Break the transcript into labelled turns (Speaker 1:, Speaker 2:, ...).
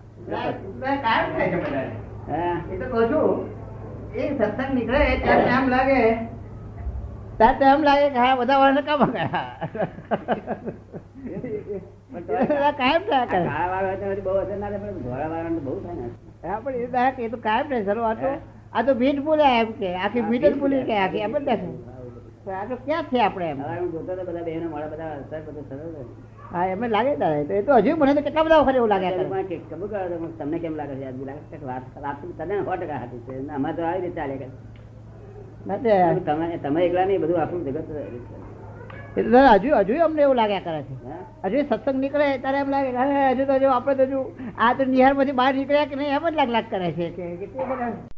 Speaker 1: ઉપરા કાયમ થાય છે બધાને.
Speaker 2: હા
Speaker 1: એ તો કહું છું, એ સત્સંગ નીકળે ત્યારે એમ લાગે
Speaker 2: તાર તો એમ લાગે કે હા બધા વાળા કામ ગયા કાયમ થયા કરે
Speaker 3: કાળા વાળા હતા બહુ અસર ના થાય પણ ધોળા વાળાને તો બહુ થાય ને
Speaker 2: હા પણ એ દાખ એ તો કાયમ રહે સર આ તો
Speaker 3: હે?
Speaker 2: આ તો ભીંડ બોલે એમ કે આખી
Speaker 3: હા,
Speaker 2: ભીંડ જ
Speaker 3: ભીંડ
Speaker 2: બોલી
Speaker 3: બોલે.
Speaker 2: કે આખી એમ જ દેખે તો આ તો ક્યાં છે આપણે એમ
Speaker 3: સવારે હું જોતો હતો બધા બહેનો મોડા બધા હસતા જ બધા સરસ હતા.
Speaker 2: હા એમ જ લાગે તારે તો એ તો હજુ મને તો કેટલા બધા વખત એવું લાગ્યા
Speaker 3: ત્યારે
Speaker 2: કરે
Speaker 3: પણ કે કબૂલ કરો તો પણ તમને કેમ લાગે છે આજુ લાગે છે કે વાત વાત તો તદ્દન સો ટકા સાચી છે ને આમાં તો આવી રીતે ચાલે કરે.
Speaker 2: નથી
Speaker 3: પણ તમે તમે એકલા નહીં બધું આખું જગત રહેલું છે.
Speaker 2: એ તો સર હજુ હજુ અમને એવું લાગ્યા કરે છે
Speaker 3: હા?
Speaker 2: હજુ એ સત્સંગ નીકળે ત્યારે એમ લાગે કે અરે હજુ તો હજુ આપણે તો હજુ આ તો નિહાળમાંથી બહાર નીકળ્યા કે નહીં એમ જ લાગ લાગ કરે છે કે કે તે બધા